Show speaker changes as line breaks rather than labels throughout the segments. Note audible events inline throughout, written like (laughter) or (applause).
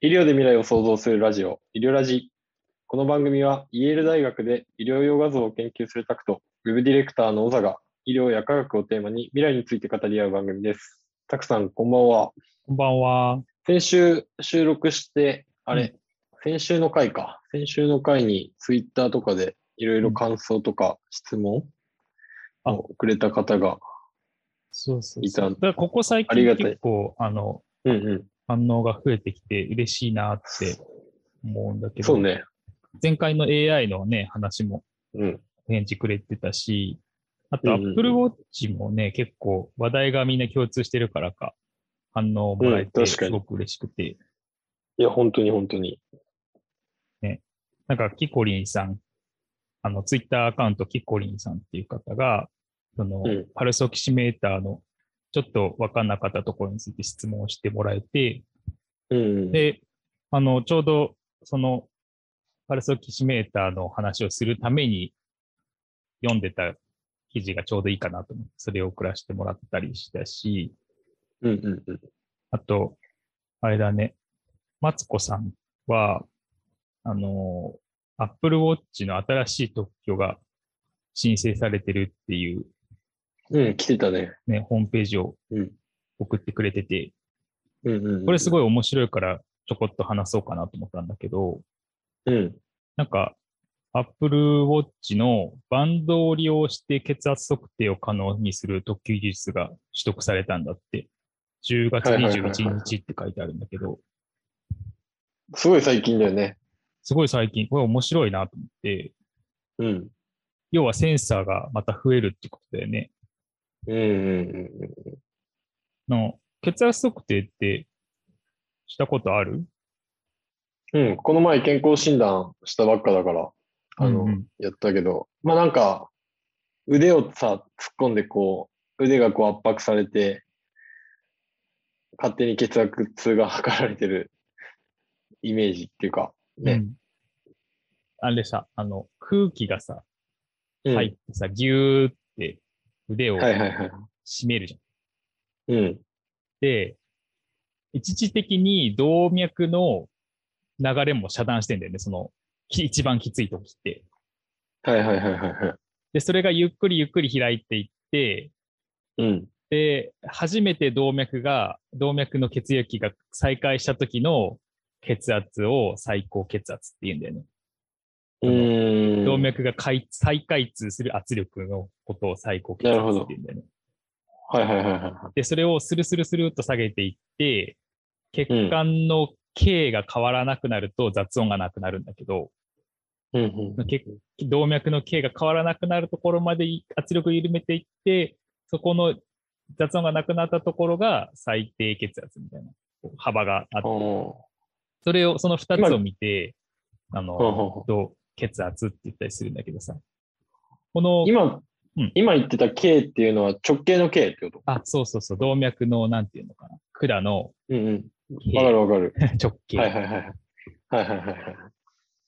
医療で未来を創造するラジオ、医療ラジ。この番組は、イェール大学で医療用画像を研究するタクト、ウェブディレクターの小佐が、医療や科学をテーマに未来について語り合う番組です。タクさん、こんばんは。
こんばんは。
先週収録して、あれ、先週の回か。先週の回に、ツイッターとかで、いろいろ感想とか質問
あ
をくれた方が、
そうそう
い
そ
た
う。だからここ最
ありが
近
たい
結構あの
うんうん。
反応が増えてきて嬉しいなって思うんだけど、
そうね。
前回の AI のね、話も
うん。
お返事くれてたし、あ
う
と
んうんうん
Apple Watch もね、結構話題がみんな共通してるからか、反応をもらえ
う
て
ん確
す
かに
ごく嬉しくて、
いや、本当に本当に。
なんかキコリンさん、あの、ツイッターアカウントキコリンさんっていう方が、その、
うん
パルスオキシメーターのちょっとわかんなかったところについて質問をしてもらえて、
うんうん。
で、あの、ちょうど、その、パルスオキシメーターの話をするために読んでた記事がちょうどいいかなと思って、それを送らせてもらったりしたし、
うんうんうん。
あと、あれだね、マツコさんは、あの、Apple Watch の新しい特許が申請されてるっていう
うん、来てたね。
ね、ホームページを
うん
送ってくれてて、
うんうんうん。
これす
い。
ごい面白いからちょこっと話そうかなと思ったんだけど、
うん。
なんか、Apple Watch のバンドを利用して血圧測定を可能にする特急技術が取得されたんだって、10月
はいはいはいはい
21日って書いてあるんだけど、
すごい最近だよね。
すごい最近、これ面白いなと思って、
うん。
要はセンサーがまた増えるってことだよね。
うんうんうんうん。
の血圧測定ってしたことある
うん、この前健康診断したばっかだから、あの、
うんうん
やったけど、まあなんか、腕をさ、突っ込んでこう、腕がこう圧迫されて、勝手に血圧痛が測られてるイメージっていうか、
う
ね。
んあれさ、あの、空気がさ、
うん
入ってさ、ぎゅーって腕を
はい
締
はいはい。
めるじゃん。
うん。
で、一時的に動脈の流れも遮断してんだよね、その、き一番きつい時って。
はいはいはいはいは
で、それがゆっくりゆっくり開いていって、
い。うん。
で、初めて動脈が、動脈の血液が再開した時の血圧を最高血圧って言うんだよね。
うーん。
動脈が開再開通する圧力のことを最高血圧って言うんだよね。
はいはいはいはいはい。
で、それをスルスルスルっと下げていって、血管の径が変わらなくなると雑音がなくなるんだけど、
うんうん。
血動脈の径が変わらなくなるところまでい圧力を緩めていって、そこの雑音がなくなったところが最低血圧みたいな幅があって、
お
それを、その2つを見て、
ー
あ
ほう
の、
ほうほう
どう血圧って言ったりするんだけどさ、この、
今、
うん
今言ってた K っていうのは直径の K ってこと
あ、そうそうそう、動脈の、なんていうのかな、管の
うんうん。
径
わかるわかる。
(laughs) 直径。
はいはいはいはい。はいはいはいはい。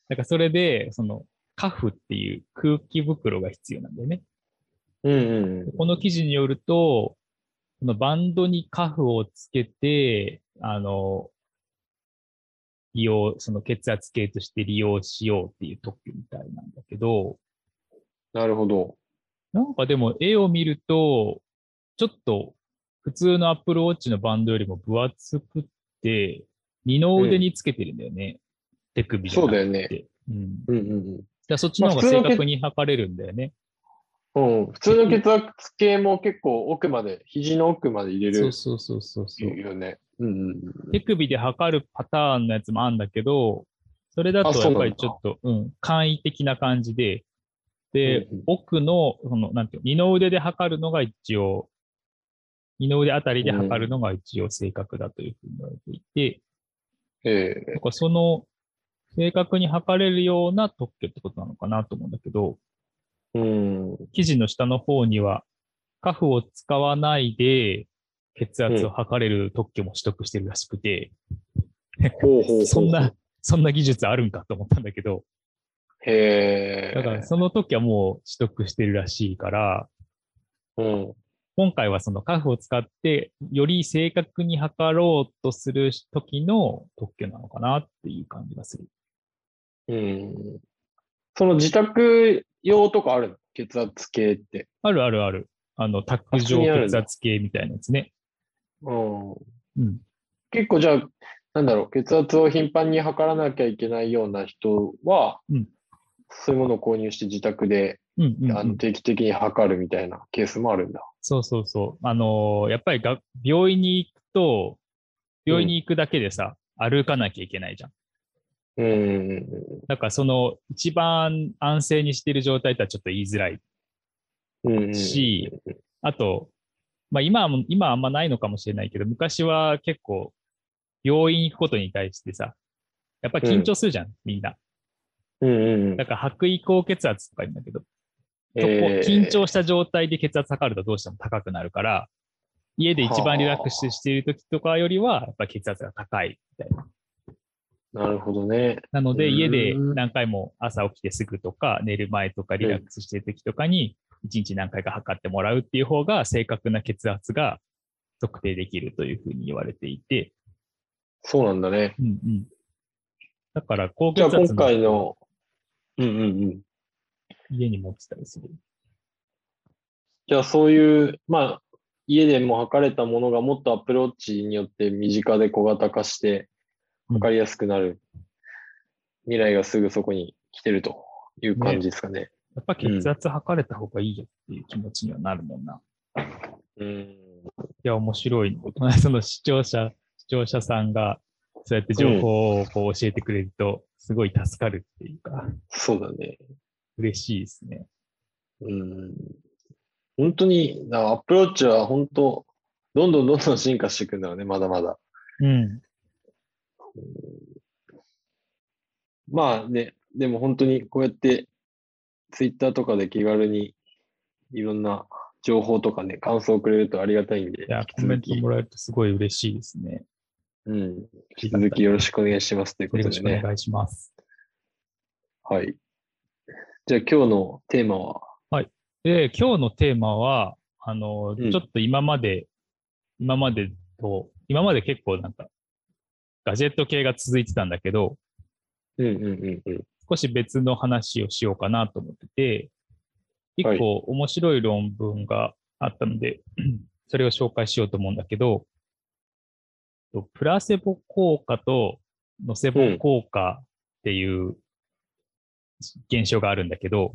だからそれで、その、カフっていう空気袋が必要なんだよね。
うんうんうん。
この記事によると、このバンドにカフをつけて、あの、利用、その血圧計として利用しようっていう特許みたいなんだけど、
なるほど。
なんかでも絵を見ると、ちょっと普通の Apple Watch のバンドよりも分厚くって、二の腕につけてるんだよね。手首じゃ
そ
な
うだ
くて。
よね。
うん。だか
うんうん
らそっちの方が
まあ普通
正
の手
確に測れるんだよね。
うん。うん、普通の血圧計も結構奥まで、肘の奥まで入れ
そ
る
うそうそうそうそう。
よね。うんうんうん。
手首で測るパターンのやつもあるんだけど、それだ
あ
と
そ
や
う
っ
なんだ
ぱりちょっと、うん、簡易的な感じで、で、
うんうん
奥の、その、なんていうの二の腕で測るのが一応、二の腕あたりで測るのが一応正確だというふうに言われていて、
え
なんかその、正確に測れるような特許ってことなのかなと思うんだけど、
えうん。
記事の下の方には、カフを使わないで、血圧を測れる特許も取得してるらしくて、
ほうほうほう。
そん。な、そんな技術あるんかと思ったんだけど、
へえ。
だからその時はもう取得してるらしいから、
うん。
今回はそのカフを使って、より正確に測ろうとする時の特許なのかなっていう感じがする。
うん。その自宅用とかあるの血圧計って。
あるあるある。あの、タック上
あ普通にあるん
血
だ
圧計みたいなやつね。
うん。
うん。
結構じゃあ、なんだろう、血圧を頻繁に測らなきゃいけないような人は、
うん
そういうものを購入して自宅で
うんうん、う
あの
ん。
定期的に測るみたいなケースもあるんだ。
そうそうそう。あのーやっぱりが病院に行くと、病院に行くだけでさ、歩かなきゃいけないじゃん。
うん。
だからその一番安静にしてる状態とはちょっと言いづらい
うん。
し、あと、まあ、今はも今はあんまないのかもしれないけど、昔は結構、病院行くことに対してさ、やっぱ緊張するじゃん、みんな。
うんうん。
だから白衣高血圧とか言うんだけど、
え
そこ
ー
緊張した状態で血圧測るとどうしても高くなるから、家で一番リラックスしている時とかよりは、やっぱ血圧が高いみたいな。
なるほどね。
なので、
うん
家で何回も朝起きてすぐとか、寝る前とかリラックスしている時とかに、一日何回か測ってもらうっていう方が、正確な血圧が測定できるというふうに言われていて、
そうなんだね。
うんうん。だから、
じ
高血
ゃあ
圧
今回
の
の、うんうんうん。
家に持ってたりする。
じゃあそういう、まあ、家でも測れたものがもっとアップローチによって身近で小型化して、
うん
測りやすくなる、未来がすぐそこに来てるという感じですかね。
やっぱ血圧測れた方がいいよっていう気持ちにはなるもんな。
うん。
いや、面白いな。その視聴者、視聴者さんが、そうやって情報をこう教えてくれると、すごい助かるっていうか、
そうだね。
嬉しいですね。
うん。本当に、だからアップローチは本当、どんどんどんどん進化していくんだろうね、まだまだ。
うん。
まあね、でも本当にこうやって、ツイッターとかで気軽にいろんな情報とかね、感想をくれるとありがたいんで、
いや、
引き
コ
続
メント
き
もらえるとすごい嬉しいですね。
うん。引き続きよろしくお願いしますというこ
よ
と
ろ
で
しくお
ね。
願いします。
はい。じゃあ今日のテーマは、
で、今日のテーマは、あの、
うん
ちょっと今まで、今までと、今まで結構なんか、ガジェット系が続いてたんだけど、
うんうんうんうん。
少し別の話をしようかなと思ってて、一
はい
個面白い論文があったので、 (clears throat) それを紹介しようと思うんだけど、とプラセボ効果とノセボ効果っていう現象があるんだけど、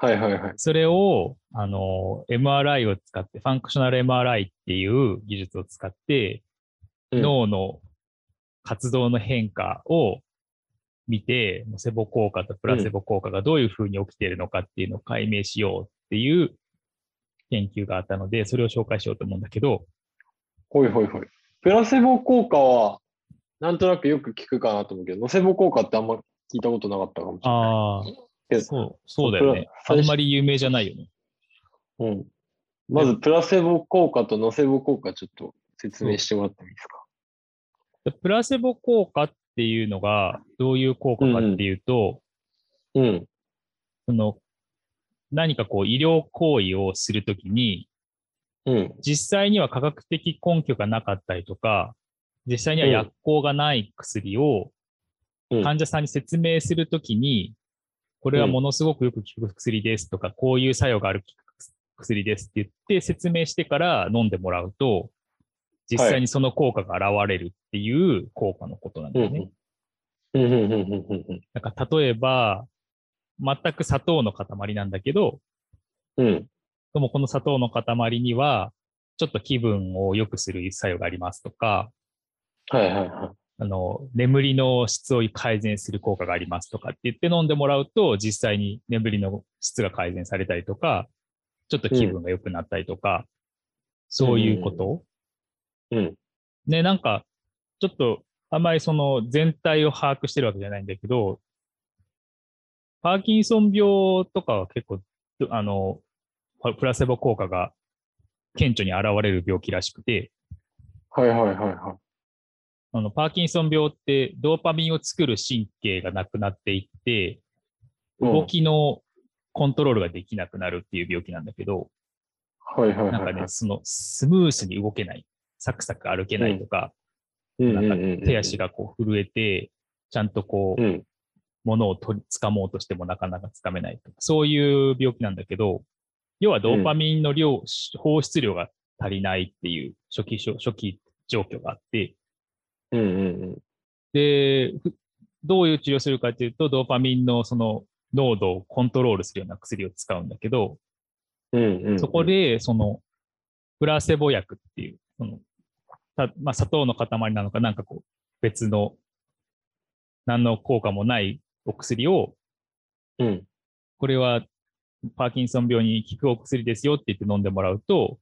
はいはいはい。
それを、あの、MRI を使って、ファンクショナル MRI っていう技術を使って、
うん
脳の活動の変化を見て、ノセボ効果とプラセボ効果がどういうふうに起きているのかっていうのを解明しようっていう研究があったので、それを紹介しようと思うんだけど、
ほいほいほい。プラセボ効果は、なんとなくよく聞くかなと思うけど、ノセボ効果ってあんま聞いたことなかったかもしれない。
あ
け
あ、
ど
そう、そうだよね。あ
プラ
んまり有名じゃないよね。
うん。まず、プラセボ効果とノセボ効果ちょっと説明してもらってもいいですか。
プラセボ効果っていうのが、どういう効果かっていうと、
うん。
その、何かこう医療行為をするときに、
うん。
実際には科学的根拠がなかったりとか、実際には
うん
薬効がない薬を
うん
患者さんに説明するときに、これはものすごくよく効く薬ですとか、こういう作用がある薬ですって言って説明してから飲んでもらうと、実際にその効果が現れるっていう効果のことなんだ
うん。う
よね。
ん。うん。うん。うん。うん
なんか例えば、全く砂糖の塊なんだけど、
うん。うん。
でもこの砂糖の塊には、ちょっと気分を良くする作用がありますとか、
はいはいは
あの、眠りの質を改善する効果がありますとかって言って飲んでもらうと、実際に眠りの質が改善されたりとか、ちょっと気分が良くなったりとか、そういうこと、
い。うん。
ね、なんか、ちょっと、あんまりその全体を把握してるわけじゃないんだけど、パーキンソン病とかは結構、どあの、パプラセボ効果が顕著に現れる病気らしくて、
はいはいはいはい。
あの、パーキンソン病ってドーパミンを作る神経がなくなっていって、
うん
動きのコントロールができなくなるっていう病気なんだけど、
はいはい
な
は
んか
いはい。
ね、そのスムースに動けない、サクサク歩けないとか、
うん
な
うんん
か
うんうん
手足がこう震えて、ちゃんとこう
う、ん。
物を取り、掴もうとしてもなかなか掴めないとか、そういう病気なんだけど、要はドーパミンの量、放出量が足りないっていう初期症、初期状況があって、
うんうん
で、ふどういう治療をするかっていうと、ドーパミンのその濃度をコントロールするような薬を使うんだけど、
うん。うんうんうん。
そこで、その、プラセボ薬っていう、その、たまあ、砂糖の塊なのか、なんかこう、別の、何の効果もないお薬を、
うん。
これはパーキンソン病に効くお薬ですよって言って飲んでもらうと、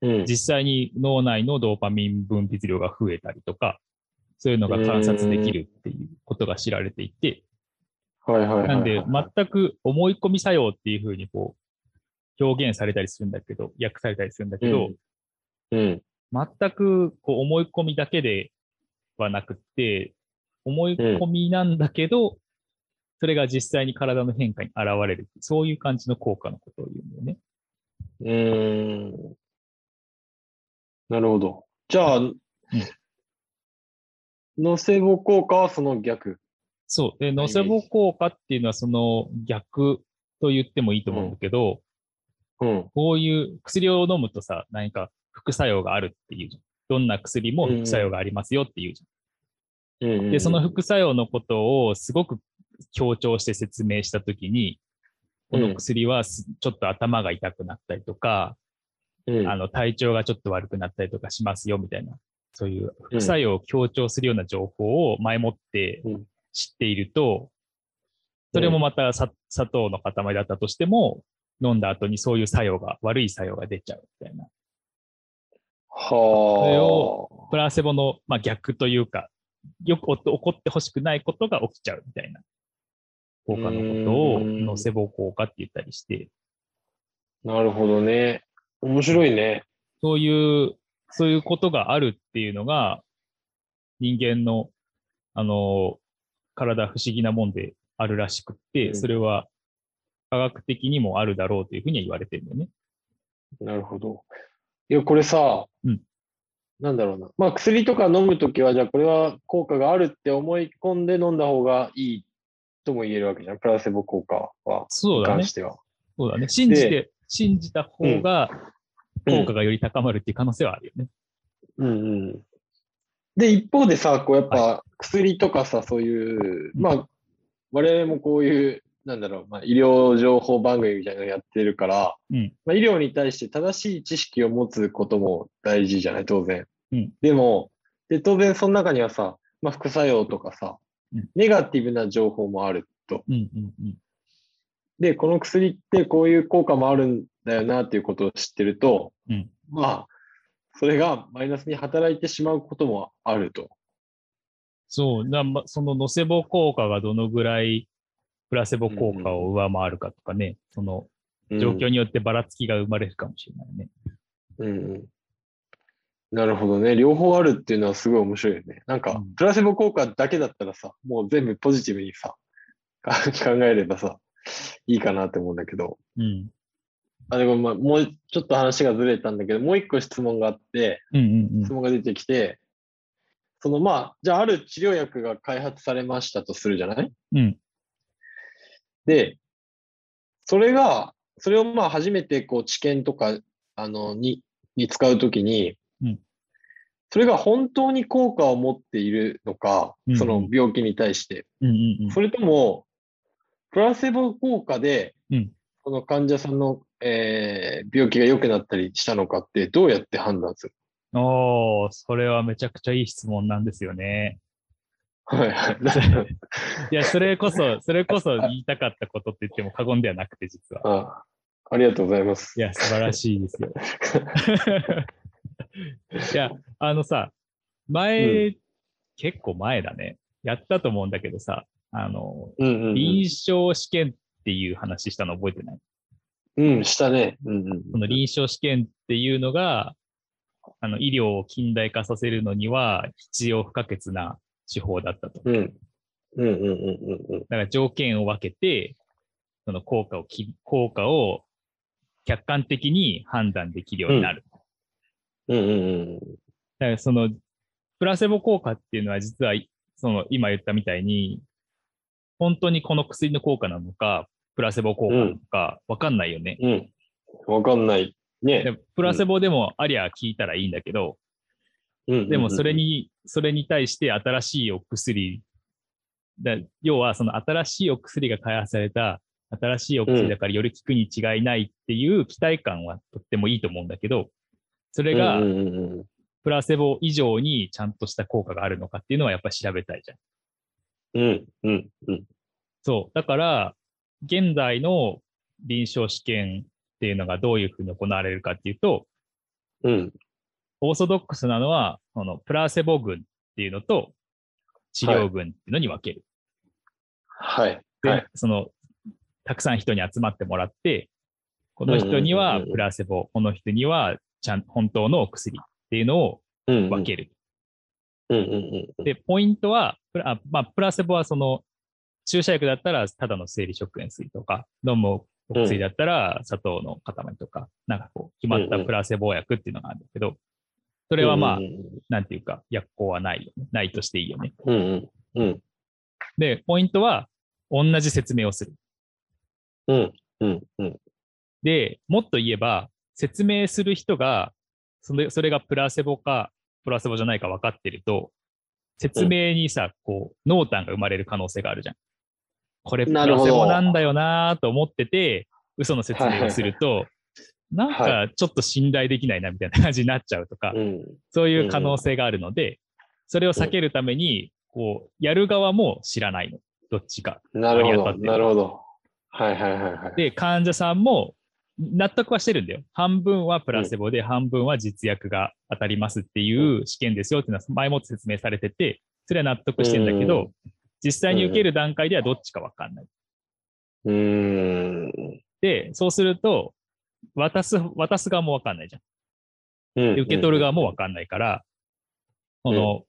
うん。
実際に脳内のドーパミン分泌量が増えたりとか、そういうのが観察できるっていうことが知られていて、
はいはいはいはい。
なんで、全く思い込み作用っていうふうにこう、表現されたりするんだけど、訳されたりするんだけど、
うん。
全くこう思い込みだけではなくって、思い込みなんだけど、それが実際に体の変化に現れる。そういう感じの効果のことを言うんだよね。
うーん。なるほど。じゃあ、ノセボ効果はその逆。
そう。で、
メー
ノ
ジ
セボ効果っていうのはその逆と言ってもいいと思うんだけど、
うん。
こういう薬を飲むとさ、何か副作用があるっていうじゃん。どんな薬も副作用がありますよっていうじ
うんうん
ゃ。
うんん
で、その副作用のことをすごく強調して説明したときに、この薬はすちょっと頭が痛くなったりとか、
うん
あの体調がちょっと悪くなったりとかしますよみたいな、そういう副作用を強調するような情報を前もって
うん
知っていると、それもまたさ砂糖の塊だったとしても、飲んだ後にそういう作用が、悪い作用が出ちゃうみたいな。れ
は
をプラセボの、まあ、逆というか、よくお起こってほしくないことが起きちゃうみたいな効果のことを、
うん
ノセボ効果って言ったりして、
あ。なるほどね。面白いね。
そういう、そういうことがあるっていうのが、人間の、あの、体不思議なもんであるらしくって、
うん
それは科学的にもあるだろうというふうには言われてるんだよね。
なるほど。いや、これさ、
うん
なんだろうな。まあ、薬とか飲むときは、じゃあこれは効果があるって思い込んで飲んだ方がいいとも言えるわけじゃん。プラセボ効果は、
そう
に
だね
関し。ては。
そうだね。信じて、信じた方が
うん
効果がより高まるっていう可能性はあるよね。
うんうん。で、一方でさ、こうやっ
は
ぱ薬とかさ、そういう、
うん
まあ、我々もこういう、なんだろう、まあ、医療情報番組みたいなのやってるから、
うん
まあ、医療に対して正しい知識を持つことも大事じゃない、当然。
うん
でもで、当然その中にはさ、まあ、副作用とかさ
うん、
ネガティブな情報もあると。
うんうんうん。
で、この薬ってこういう効果もあるんだよなっていうことを知ってると、
うん
まあ、それがマイナスに働いてしまうこともあると。
そう、なま、そのノセボ効果がどのぐらいプラセボ効果を上回るかとかね、その状況によってばらつきが生まれるかもしれないね。
うんうんなるほどね。両方あるっていうのはすごい面白いよね。なん
う
か
ん、
プラセボ効果だけだったらさ、もう全部ポジティブにさ、考えればさ、いいかなって思うんだけど。
うん。
あ、でもまあ、もうちょっと話がずれたんだけど、もう一個質問があって、
うんうん
質
うん。
問が出てきて、そのまあ、じゃあある治療薬が開発されましたとするじゃない
うん
で、それが、それをまあ初めてこう治験とか、あの、に、に使うときに、
うん
それが本当に効果を持っているのか
うんう、ん
その病気に対して、
うんうんうん。
それとも、プラセボ効果で
うん、
この患者さんの、えー病気が良くなったりしたのかって、どうやって判断する (laughs)
おー、それはめちゃくちゃいい質問なんですよ (laughs) ね。 (laughs)
はいはい。
いや、それこそ、それこそ言いたかったことって言っても過言ではなくて、実は。
あありがとうございます。
いや、素晴らしい
(laughs)
ですよ。いや、あのさ、前、結構前だね。やったと思うんだけどさ、あの、
うんうん
臨床試験っていう話したの覚えてない
うん、うん、したね。うんうん
その臨床試験っていうのが、あの医療を近代化させるのには必要不可欠な手法だったと。
うん。うんうんうんうんうん。
だから条件を分けて、その効果をき、効果を客観的に判断できるようになる。
うんうん
だからその、プラセボ効果っていうのは実は、その今言ったみたいに、本当にこの薬の効果なのか、プラセボ効果なのか、わかんないよね。
うん。うん。わかんない。ね。
でプラセボでもありゃ効いたらいいんだけど、
うん
でもそれ。に、それに対して新しいお薬、だ要はその新しいお薬が開発された、新しいお薬だからより効くに違いないっていう期待感はとってもいいと思うんだけど、
そ
それが
うんうんうんうん
プラセボ以上にちゃんとした効果があるのかっていうのはやっぱり調べたいじゃん。
うんうんうん。
そう。だから、現在の臨床試験っていうのがどういうふうに行われるかっていうと、
うん。
オーソドックスなのは、このプラセボ群っていうのと治療群っていうのに分ける。
はい。
で、
はい。
その、たくさん人に集まってもらって、この人に
うんうん
は
うんうん
プラセボ、この人にはちゃん本当のお薬っていうのを
うんうん。
分ける。
うんうんうん。
で、ポイントは、プラ,あ、まあ、プラセボはその、注射薬だったらただの生理食塩水とか、飲むお薬だったら砂糖の塊とか、なんかこう、決まっ
うん
た
うん
プラセボ薬っていうのがあるんだけど、そ
そ
れはまあ、
う
なんていうか、薬効はないよね。ないとしていいよね。
んうんうん。
で、ポイントは、同じ説明をする。
うんうんうん。
で、もっと言えば、説明する人が、それそれがプラセボか、プラセボじゃないか分かってると、説明にさ、こう、濃淡が生まれる可能性があるじゃん。これプ
なる
ラ
ほ
セ
ど
ボなんだよなと思ってて、嘘の説明をすると、なん
は
かちょっと信頼できないなみたいな感じになっちゃうとか、
うん
そういう可能性があるので、それを避けるために、こう、やる側も知らないの。どっちか。
なる
あ
ほ
りがた
ど。
って
なるほど。はいはいはいはい。
で、患者さんも納得はしてるんだよ。半分はプラセボで、半分は実薬が当たりますっていう試験ですよっていうのは前もって説明されてて、それは納得してんだけ
う
ど、実際に受ける段階ではどっちかわかんない。
うーん。
で、そうすると、渡す、渡す側もわかんないじゃん。
うん
で受け取る
が
側もわかんないから、
う
こ
ん
の、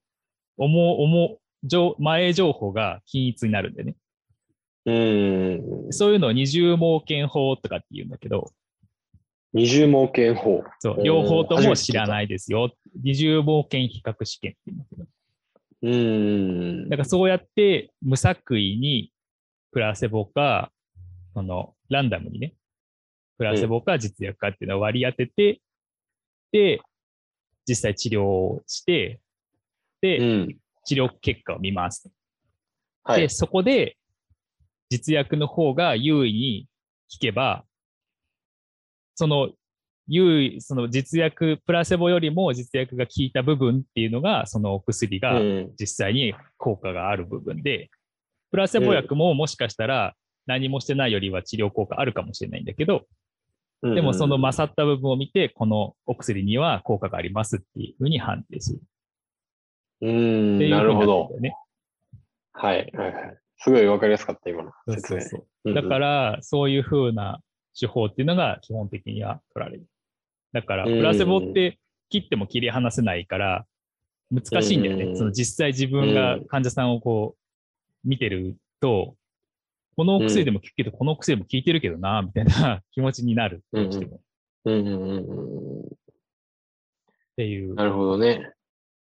思う、思う、情前情報が均一になるんでね。
うん。
そういうのを二重盲検法とかって言うんだけど、
二重盲検法。
そうう、
ん
両方と
初め
も
て聞いた
知らないですよ。二重冒険比較試験って言うんだけど。
うーん
だ。からそうやって無作為にプラセボか、その、ランダムにね、プラセボか実薬かっていうのを割り当てて、で、実際治療をして、
う
で、
ん。
治療結果を見ます。
は
で、
い。
そこで実薬の方が優位に効けば、その優位、その実薬、プラセボよりも実薬が効いた部分っていうのが、そのお薬
う
が
ん。
実際に効果がある部分で、プラセボ薬ももしかしたら何もしてないよりは治療効果あるかもしれないんだけど、
うん
でもその勝った部分を見て、このお薬には効果がありますっていうふうに判定する。
う
っ
ん。
ていうふ
な
う
る
に
ほ
なってん
ど
だ。よね。
はいはいはい。すごいわかりやすかった、今の
そう
説
そう
明
そう。
うんうん。
だから、そういう風な手法っていうのが基本的には取られる。だから、
うん
プラセボって切っても切り離せないから、難しいんだよ
う
ね。
ん
その実際自分が
うん
患者さんをこう、見てると、このお薬でも効くけど、このお薬も効いてるけどな、みたいな気持ちになる。
うんうん
どうしてもっ
うんうんうんう
てい
ん。
う
な。るほどね。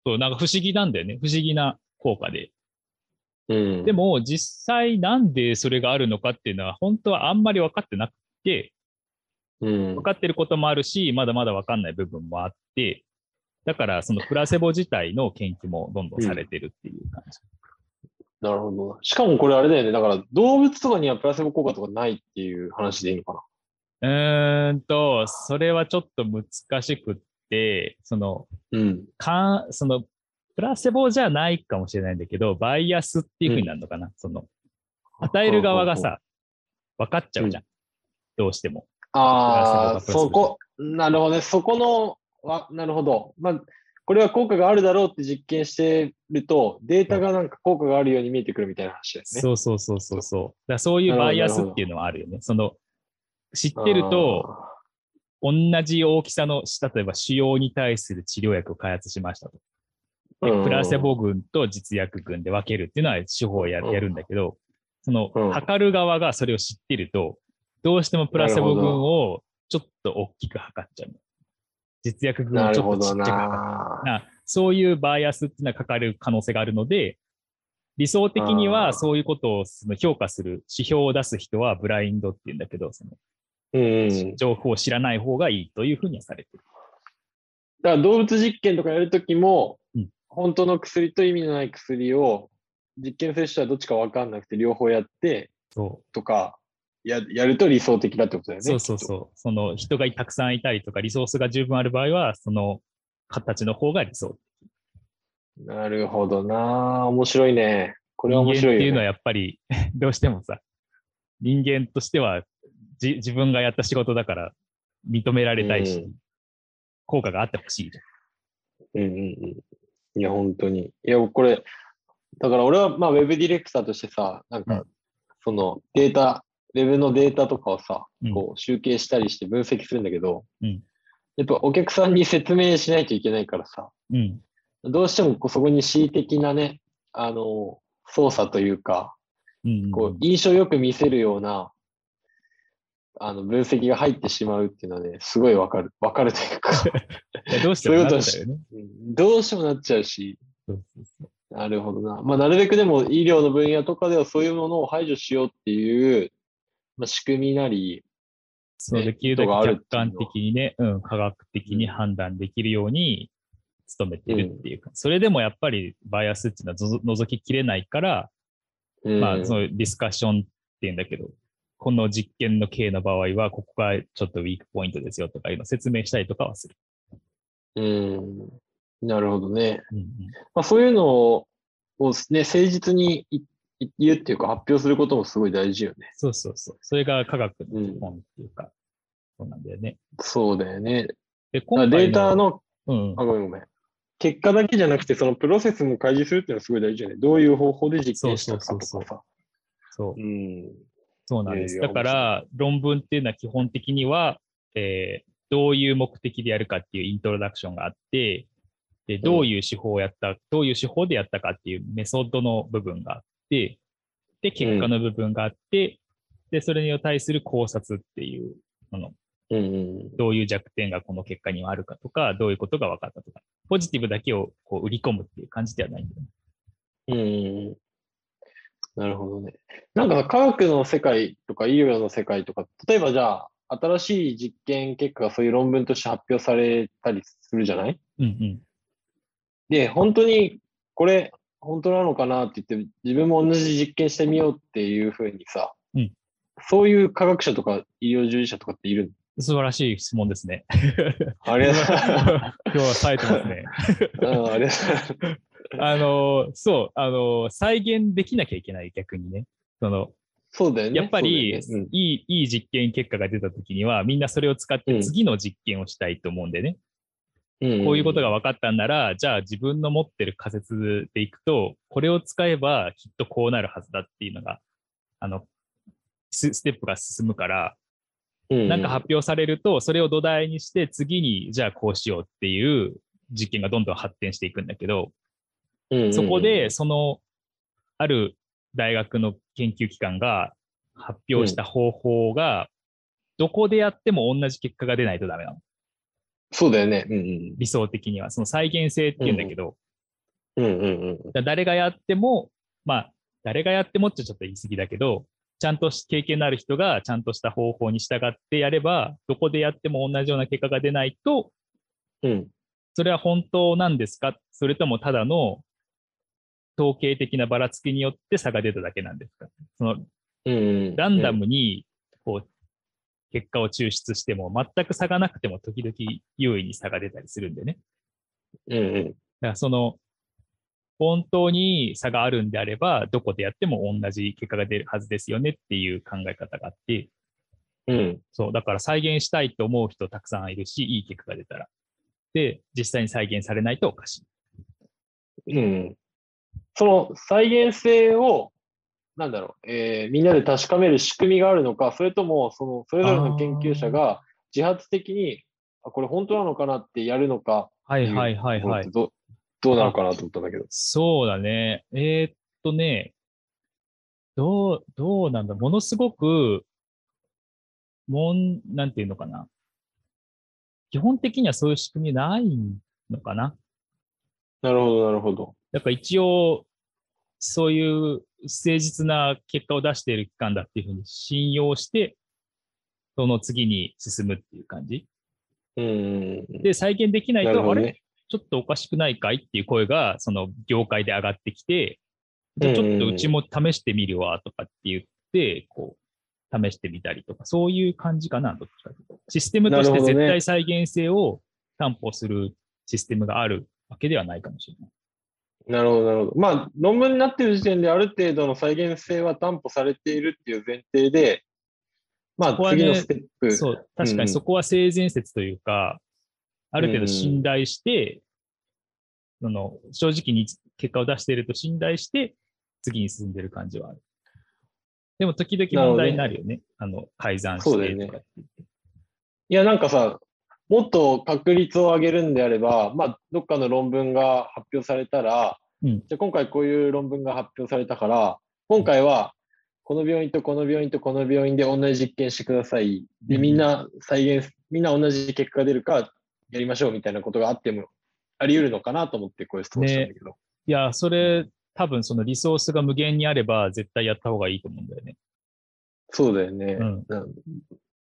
そう、なんか不思議なんだよね。不思議な効果で。
うん。
でも、実際なんでそれがあるのかっていうのは、本当はあんまり分かってなくて、
うん、
分かってることもあるし、まだまだ分かんない部分もあって、だからそのプラセボ自体の研究もどんどんされてるっていう感じ。
なるほどな。しかもこれあれだよね。だから動物とかにはプラセボ効果とかないっていう話でいいのか
うーんと、それはちょっと難しくって、その、
な。うん。
かん、その、プラセボじゃないかもしれないんだけど、バイアスっていうふうになるのかな、その、与える側がさ、分かっちゃうじゃん。どうしても。
ああ、そ
プラセボがプラセボ
こ、なるほどね。そこの、わなるほど。まあ、これは効果があるだろうって実験してると、データがなんか効果があるように見えてくるみたいな話ですね。
そうそうそうそうそう。だからそういうバイアスっていうのはあるよね。その、知ってると、同じ大きさの、例えば腫瘍に対する治療薬を開発しましたと。
あ
で
ー、
プラセボ群と実薬群で分けるっていうのは手法をや
うん
やるんだけど、その
うん、
測る側がそれを知ってると、どうしてもプラセボ群をちょっと大きく測っちゃう。実薬群
な
をち
る
ょ
ほ
っとちっ
ど
ちゃく測
な
っち。ゃう。なそういうバイアスっていうのはかかる可能性があるので、理想的に
あ
は
ー
そういうことをその評価する指標を出す人はブラインドっていうんだけど、その
うんうん。
情報を知らない方がいいというふうにはされてる。
だから動物実験とかやるときも、
うん
本当の薬と意味のない薬を実験する人はどっちか分かんなくて両方やって
そ
とかややると理想的だってことだよ
う
ね。
そ
き
うそう
っと
そう。その人がたくさんいたりとか、リソースが十分ある場合は、その形の方が理想。
なるほどな。面白いね。これは面白い
人間ってい
よ
うの
ね、
はやっぱり (laughs) どうしてもさ、人間としてはじ自分がやった仕事だから認められたいし、
うん
効果があってほしいじ
うんうんうん。いや、本当に。いや、これ、だから俺は、まあ、ウェブディレクターとしてさ、なん
う
か
ん、
そのデータ、ウェブのデータとかをさ、
うん
こう集計したりして分析するんだけど、
うん
やっぱお客さんに説明しないといけないからさ、
ゃん。うん。
どうしてもこうそこに恣意的なね、あの、操作というか、
うんうん、
こう、印象よく見せるような、あの、分析が入ってしまうっていうのはね、すごいわかる。わかるという
(laughs)
か、
いやどうしても
そうい
な
う
っ
ことを
ちゃう
し
よね。
うんどうしてもなっちゃうし、
そうそうそう
なるほどな。まあ、なるべくでも医療の分野とかではそういうものを排除しようっていう、まあ、仕組みなり、
そう
ね
できるだけ
人があるってい
客
うのは
観的にね、うん、科学的に判断できるように努めてるっていうか、それでもやっぱりバイアスっていうのはぞぞ覗ききれないから、
うん
まあ、そのディスカッションっていうんだけど、この実験の経の場合は、ここがちょっとウィークポイントですよとかいうのを説明したりとかはする。
うん、なるほどね。
うん
まあ、そういうのを、ね、誠実にいい言うっていうか発表することもすごい大事よね。
そうそうそう。それが科学の基本っていうか、そうなんだよね。
そうだよね。だ
で、
か
今
ら
回の
データ、の、
うん、
あ、ごめんごめん。結果だけじゃなくて、そのプロセスも開示するっていうのはすごい大事よね。どういう方法で実験したかとか
そうそうそう
さ。
そう、
うん。
そうなんで
い
す。
やいや
だから、論文っていうのは基本的には、えーどういう目的でやるかっていうイントロダクションがあって、で、どういう手法をやった、どういう手法でやったかっていうメソッドの部分があって、で、結果の部分があって、で、それに対する考察っていう、その、
うんうん。
どういう弱点がこの結果にはあるかとか、どういうことが分かったとか、ポジティブだけをこう売り込むっていう感じではないんだよね。
うん。なるほどね。なんか科学の世界とか医療の世界とか、例えばじゃあ、新しい実験結果がそういう論文として発表されたりするじゃない
うんうん。
で、本当にこれ本当なのかなって言って、自分も同じ実験してみようっていうふうにさ、
うん
そういう科学者とか医療従事者とかっている
素晴らしい質問で
(laughs)
すね。
の
(laughs)
あれ
今日は冴えてますね。
うん、あれ
あの、そう、あの、再現できなきゃいけない、逆にね。その、
そうだよね。
やっぱり、
そうだよね
いい、いい実験結果が出たときには、みんなそれを使っ
う
て
ん
次の実験をしたいと思うんでね。
うん
こういうことが分かったんなら、じゃあ自分の持ってる仮説でいくと、これを使えばきっとこうなるはずだっていうのが、あの、スステップが進むから、なんか発表されると、それを土台にして次に、じゃあこうしようっていう実験がどんどん発展していくんだけど、
表
そこで、、その、ある大学の研究機関が発表した方法が、どこでやっても同じ結果が出ないとダメなの。
そうだよね。うん
理想的には。その再現性っていうんだけど、
うん。うんうん
だから誰がやっても、まあ、誰がやってもってちょっと言い過ぎだけど、ちゃんとし経験のある人がちゃんとした方法に従ってやれば、どこでやっても同じような結果が出ないと、
うん。うん。
それは本当なんですかそれともただの統計的なばらつきによって差が出ただけなんですかその
ラ
ランダムにこう結果を抽出しても全く差がなくても時々優位に差が出たりするんでね。
うんうん
だからその本当に差があるんであればどこでやっても同じ結果が出るはずですよねっていう考え方があって、
うん
そうだから再現したいと思う人たくさんいるし、いい結果が出たら。で、実際に再現されないとおかしい。
うんその再現性を、なんだろう、えーみんなで確かめる仕組みがあるのか、それとも、その、それぞれの研究者が自発的に、あこれ本当なのかなってやるのか、
はいはいはい
これ
は
っ
い
て。どどうなのかなと思ったんだけど。
そうだね。えーっとね、どう、どうなんだ、ものすごく、もん、なんていうのかな。基本的にはそういう仕組みないのかな。
なるほど、なるほど。
だから一応、そういう誠実な結果を出している機関だっていうふうに信用して、その次に進むっていう感じ。
うんうんうん。
で、再現できない
なる
と、
ほ
あ
ど
れ
ね。
ちょっとおかしくないかいっていう声が、その業界で上がってきて、じゃあちょっとうちも試してみるわとかって言って、こう、試してみたりとか、そういう感じかな、どっちかというと。システムとし
な
て
るほど
絶
ね
対再現性を担保するシステムがあるわけではないかもしれない。
なるほど、なるほど。まあ、論文になってる時点である程度の再現性は担保されているっていう前提で、ま
そこ
あ、
はね
次のステップ。
そう、確かにそこは性善説というか、ある程度信頼して、その正直に結果を出していると信頼して、次に進んでる感じはある。でも、時々問題になるよね。あの、改ざんして
そうだよね
とかって言って。
いや、なんかさ、もっと確率を上げるんであれば、まあ、どっかの論文が発表されたら、
うん
じゃあ今回こういう論文が発表されたから、今回はこの病院とこの病院とこの病院で同じ実験してください。で、
うん
みんな再現、みんな同じ結果が出るからやりましょうみたいなことがあっても、あり得るのかなと思ってこういう質問したんだけど。
いや、それ、多分そのリソースが無限にあれば、絶対やった方がいいと思うんだよね。
そうだよね。
うん
な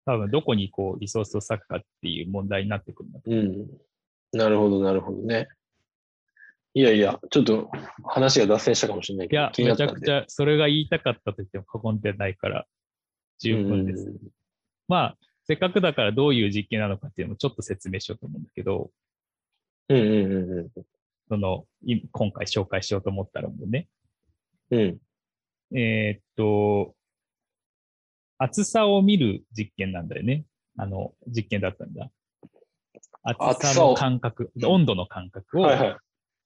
多分どこにこう、リソースを割くかっていう問題になってくるんだと
うん。なるほど、なるほどね。いやいや、ちょっと話が脱線したかもしれない
い
けど、
や、
気にな
め
った
ち
ん
ゃ
で
くちゃ、それが言いたかったと言っても過言ではないから、十分です。
うん
まあ、せっかくだからどういう実験なのかっていうのをちょっと説明しようと思うんだけど、
うんうんう
その、い今回紹介しようと思ったらもうね、
んうん。うん。
えーっと、厚さを見る実験なんだよね。あの、実験だったんだ。厚
厚
さ
さ
の
を
感覚、温度の感覚を
はいはい。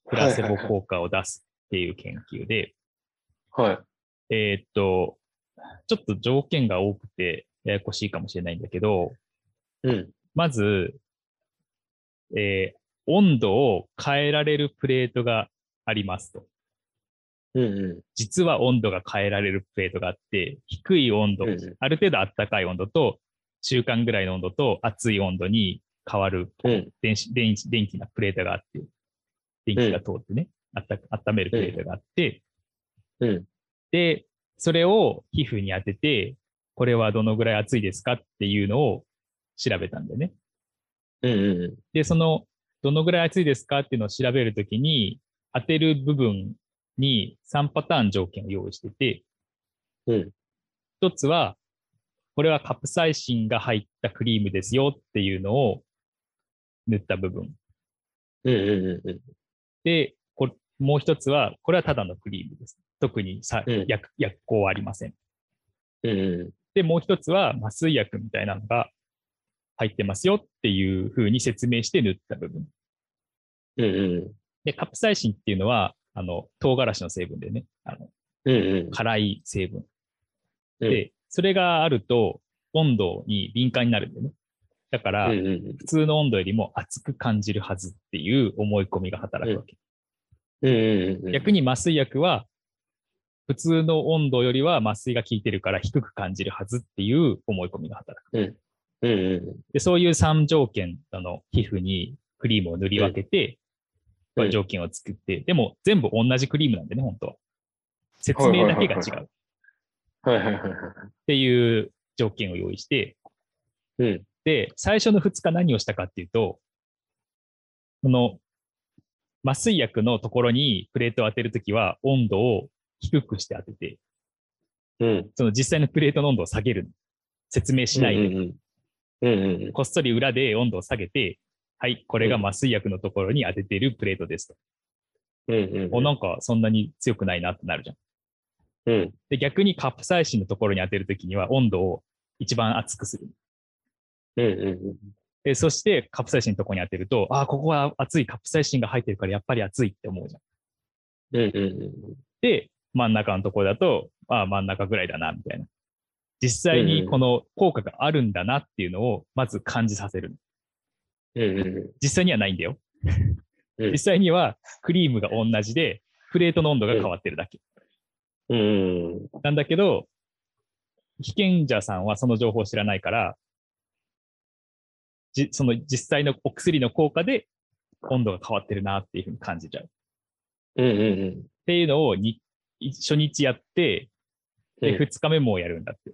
プラセボ効果を出すっていう研究で、
はい。
えーっと、ちょっと条件が多くてややこしいかもしれないんだけど、
うん。
まず、えー温度を変えられるプレートがありますと。
うんう
実は温度が変えられるプレートがあって、低い温度、
うんうん
ある程度暖かい温度と、中間ぐらいの温度と熱い温度に変わる
ん。うん。
電子電子電気なプレートがあって、電気が通ってね、あったか温めるプレートがあって、
うん。
で、それを皮膚に当てて、これはどのぐらい熱いですかっていうのを調べたんだよね。
うんうんうん。
で、その、どのぐらい熱いですかっていうのを調べるときに、当てる部分に3パターン条件を用意してて、
うん。
一つは、これはカプサイシンが入ったクリームですよっていうのを塗った部分。
うんうんうん。
で、こもう一つは、これはただのクリームです。特にさ、
うん
薬薬効はありません。
うんう
で、もう一つは麻酔薬みたいなのが入ってますよっていうふうに説明して塗った部分。
ん。うんうん。
で、カプサイシンっていうのは、あの、唐辛子の成分でね、あの
うん
辛い成分。
うん
で、それがあると、温度に敏感になるんだよね。だから、
うん。うんうん
普通の温度よりも熱く感じるはずっていう思い込みが働くわけ。
うんうんうん。
逆に麻酔薬は、普通の温度よりは麻酔が効いてるから低く感じるはずっていう思い込みが働く。
うんうん
で、そういう3条件、あの、皮膚にクリームを塗り分けて、
うん
こういう条件を作って、でも全部同じクリームなんでね、本当は。説明だけが違
はいはいはいはう
うっ
ん。はいはいはいはい。
ていう条件を用意して、
うん。
で、最初の2日何をしたかっていうと、この麻酔薬のところにプレートを当てるときは温度を低くして当てて、
うん。
その実際のプレートの温度を下げる。説明しないで、
うんうんうん。うんうん
こっそり裏で温度を下げて、はい、これが麻酔薬のところに当ててるプレートですと。
うんうん。
お、なんかそんなに強くないなってなるじゃん。
うん。
で、逆にカプサイシンのところに当てるときには温度を一番熱くする。
うんうん
でそしてカプサイシンのところに当てると、ああ、ここは熱い、カプサイシンが入ってるからやっぱり熱いって思うじゃん。
うん。うんうん
で、真ん中のところだと、ああ、真ん中ぐらいだな、みたいな。実際にこの効果があるんだなっていうのをまず感じさせる。
うん。うんうん
実際にはないんだよ。
うん
実際にはクリームが同じで、プレートの温度が変わってるだけ。
うん。うん。
なんだけど、被験者さんはその情報を知らないから、じその実際のお薬の効果で温度が変わってるなっていうふうに感じちゃう。っ
うんうん
ていうのをに初日やって、
うん
で、2日目もやるんだって。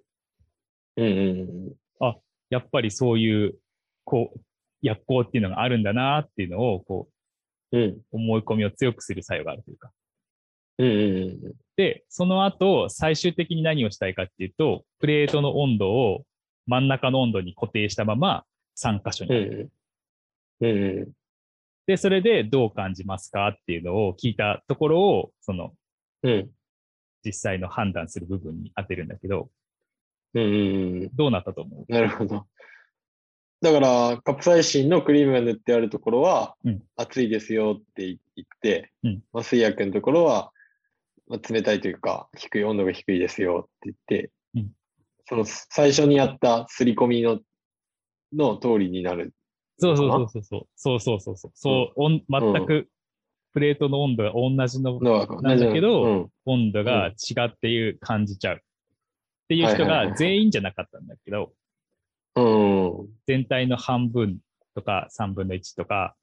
うん。うんうん
やっぱりそういう、こう、薬効っていうのがあるんだなっていうのを、こ
うん。うん
う、思い込みを強くする作用があるというか。
うんうん
で、その後、最終的に何をしたいかっていうと、プレートの温度を真ん中の温度に固定したまま3箇所に
うん。うんうん。うんうん。
で、それでどう感じますかっていうのを聞いたところを、その
うん
実際の判断する部分に当てるんだけど、
うんうんうん。
どうなったと思う
なるほど。だから、カプサイシンのクリームが塗ってあるところは
うん、
熱いですよって言って、
うん
まあ、水薬のところは、まあ、冷たいというか、低い、温度が低いですよって言って、
うん
その最初にやった刷り込みの、の通りになる。
そうそうそうそう。そうそうそうそう。そう、おん全くプレートの温度が同じの
のは
なんだけど
うん
温度が違っていう感じちゃう。っていう
はい
人
はいはい
が
はい
全員じゃなかったんだけど、
うん
全体の半分とか3分の1とか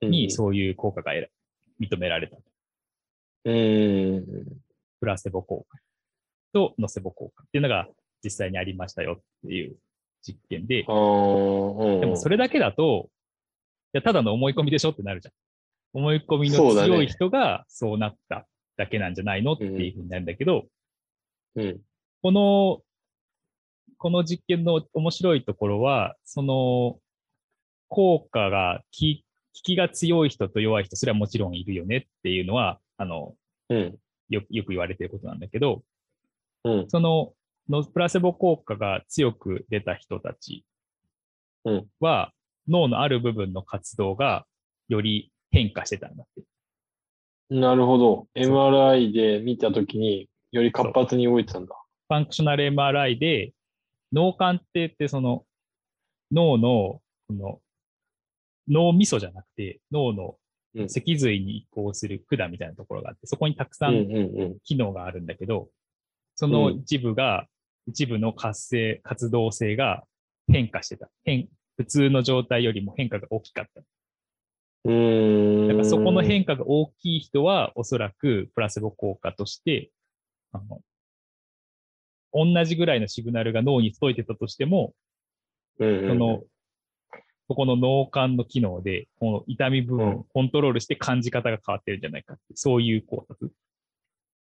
うん。
にそういう効果が得ら認められた。
うん。うん。
プラセボ効果とノセボ効果っていうのが実際にありましたよっていう実験で、
あーうん。
でもそれだけだと、いや、ただの思い込みでしょってなるじゃん。思い込みの
そうだね
強い人がそうなっただけなんじゃないのっていうふうになるんだけど、
うん。
この、この実験の面白いところは、その、効果が、効き効きが強い人と弱い人、それはもちろんいるよねっていうのは、あの、
うん。
よよく言われてることなんだけど、
うん。
そののプラセボ効果が強く出た人たち
うん
は、脳のある部分の活動がより変化してたんだって。
なるほど。
う
MRI で見たときに、より活発に動いてたんだ。
ファンクショナル MRI で、脳幹ってってその脳のこの脳みそじゃなくて脳の
うん
脊髄に移行する管みたいなところがあって、そこにたくさ
うん
ん
うんうん。
機能があるんだけど、そうの
ん
一部が、一部の活性、活動性が変化してた。変、普通の状態よりも変化が大きかった。
うーん。
だからそこの変化が大きい人は、おそらくプラセボ効果として、あの、同じぐらいのシグナルが脳に届いてたとしても、
うんうん
その、そこの脳幹の機能で、この痛み部分
う
をコントロールして感じ方が変わってるんじゃないかって、そういう考察。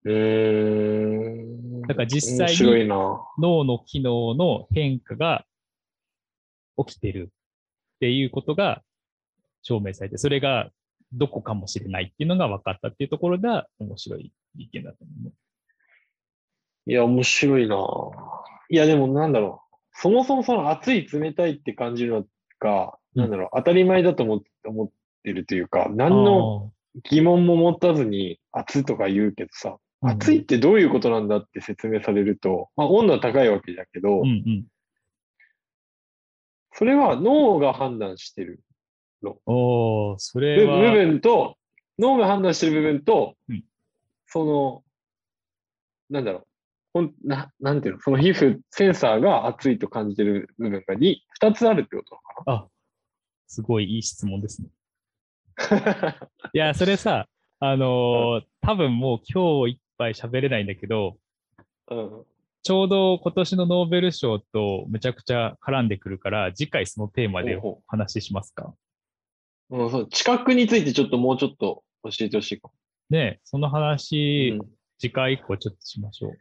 うーん。
だから実際に
面白いな。
脳の機能の変化が起きてるっていうことが証明されて、それがどこかもしれないっていうのが分かったっていうところが面白い意見だと思う。
いや、面白いな。いや、でもなんだろう。そもそもその熱い、冷たいって感じるのが、
うん
なんだろう、当たり前だと思思ってるというか、何の疑問も持たずに熱とか言うけどさ、
あー
熱いってどういうことなんだって説明されると、まあ温度は高いわけだけど、
うんうん。
それは脳が判断してる
おーそれ
部部
は、
分と、脳が判断してる部分と、
うん
その、なんだろう、ほんななんていうの、その皮膚、センサーが熱いと感じてる部分が 2, 2つあるってこと
あ、すごいいい質問ですね。
なのかな
いや、それさ、あのー多分もう今日いっぱい喋れないんだけど、
(laughs) うん
ちょうど今年のノーベル賞とめちゃくちゃ絡んでくるから、次回そのテーマで
ほうほう
お話ししますか。
うん、そう知覚についてちょっともうちょっと教えてほしいかも。
ねえその話、
うん
次回以降ちょっとしましょう。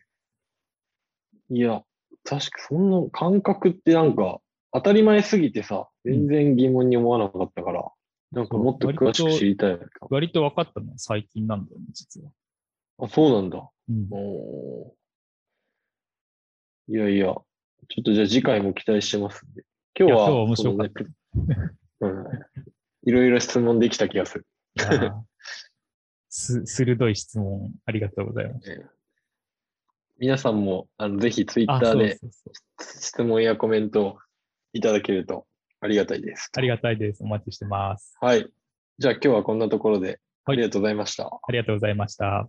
いや、確かそんな感覚ってなんか当たり前すぎてさ、全然疑問に思わなかったから、なんかもっと詳しく知りたい。
割と分かったのは最近なんだよね、実は。
あ、そうなんだ。
うん
おーいやいや、ちょっとじゃあ次回も期待してますんで。今日
いや
は、
今日は面白かっ
そのねうん。いろいろ質問できた気がする。
いやー (laughs) す鋭い質問ありがとうございます。
皆さんも、あの、ぜひツイッ
あ、
ター
そう
で
そうそう。
質問やコメントをいただけるとありがたいです。
ありがたいです。お待ちしてます。
はい。じゃあ今日はこんなところで、
はい
ありがとうございました。
ありがとうございました。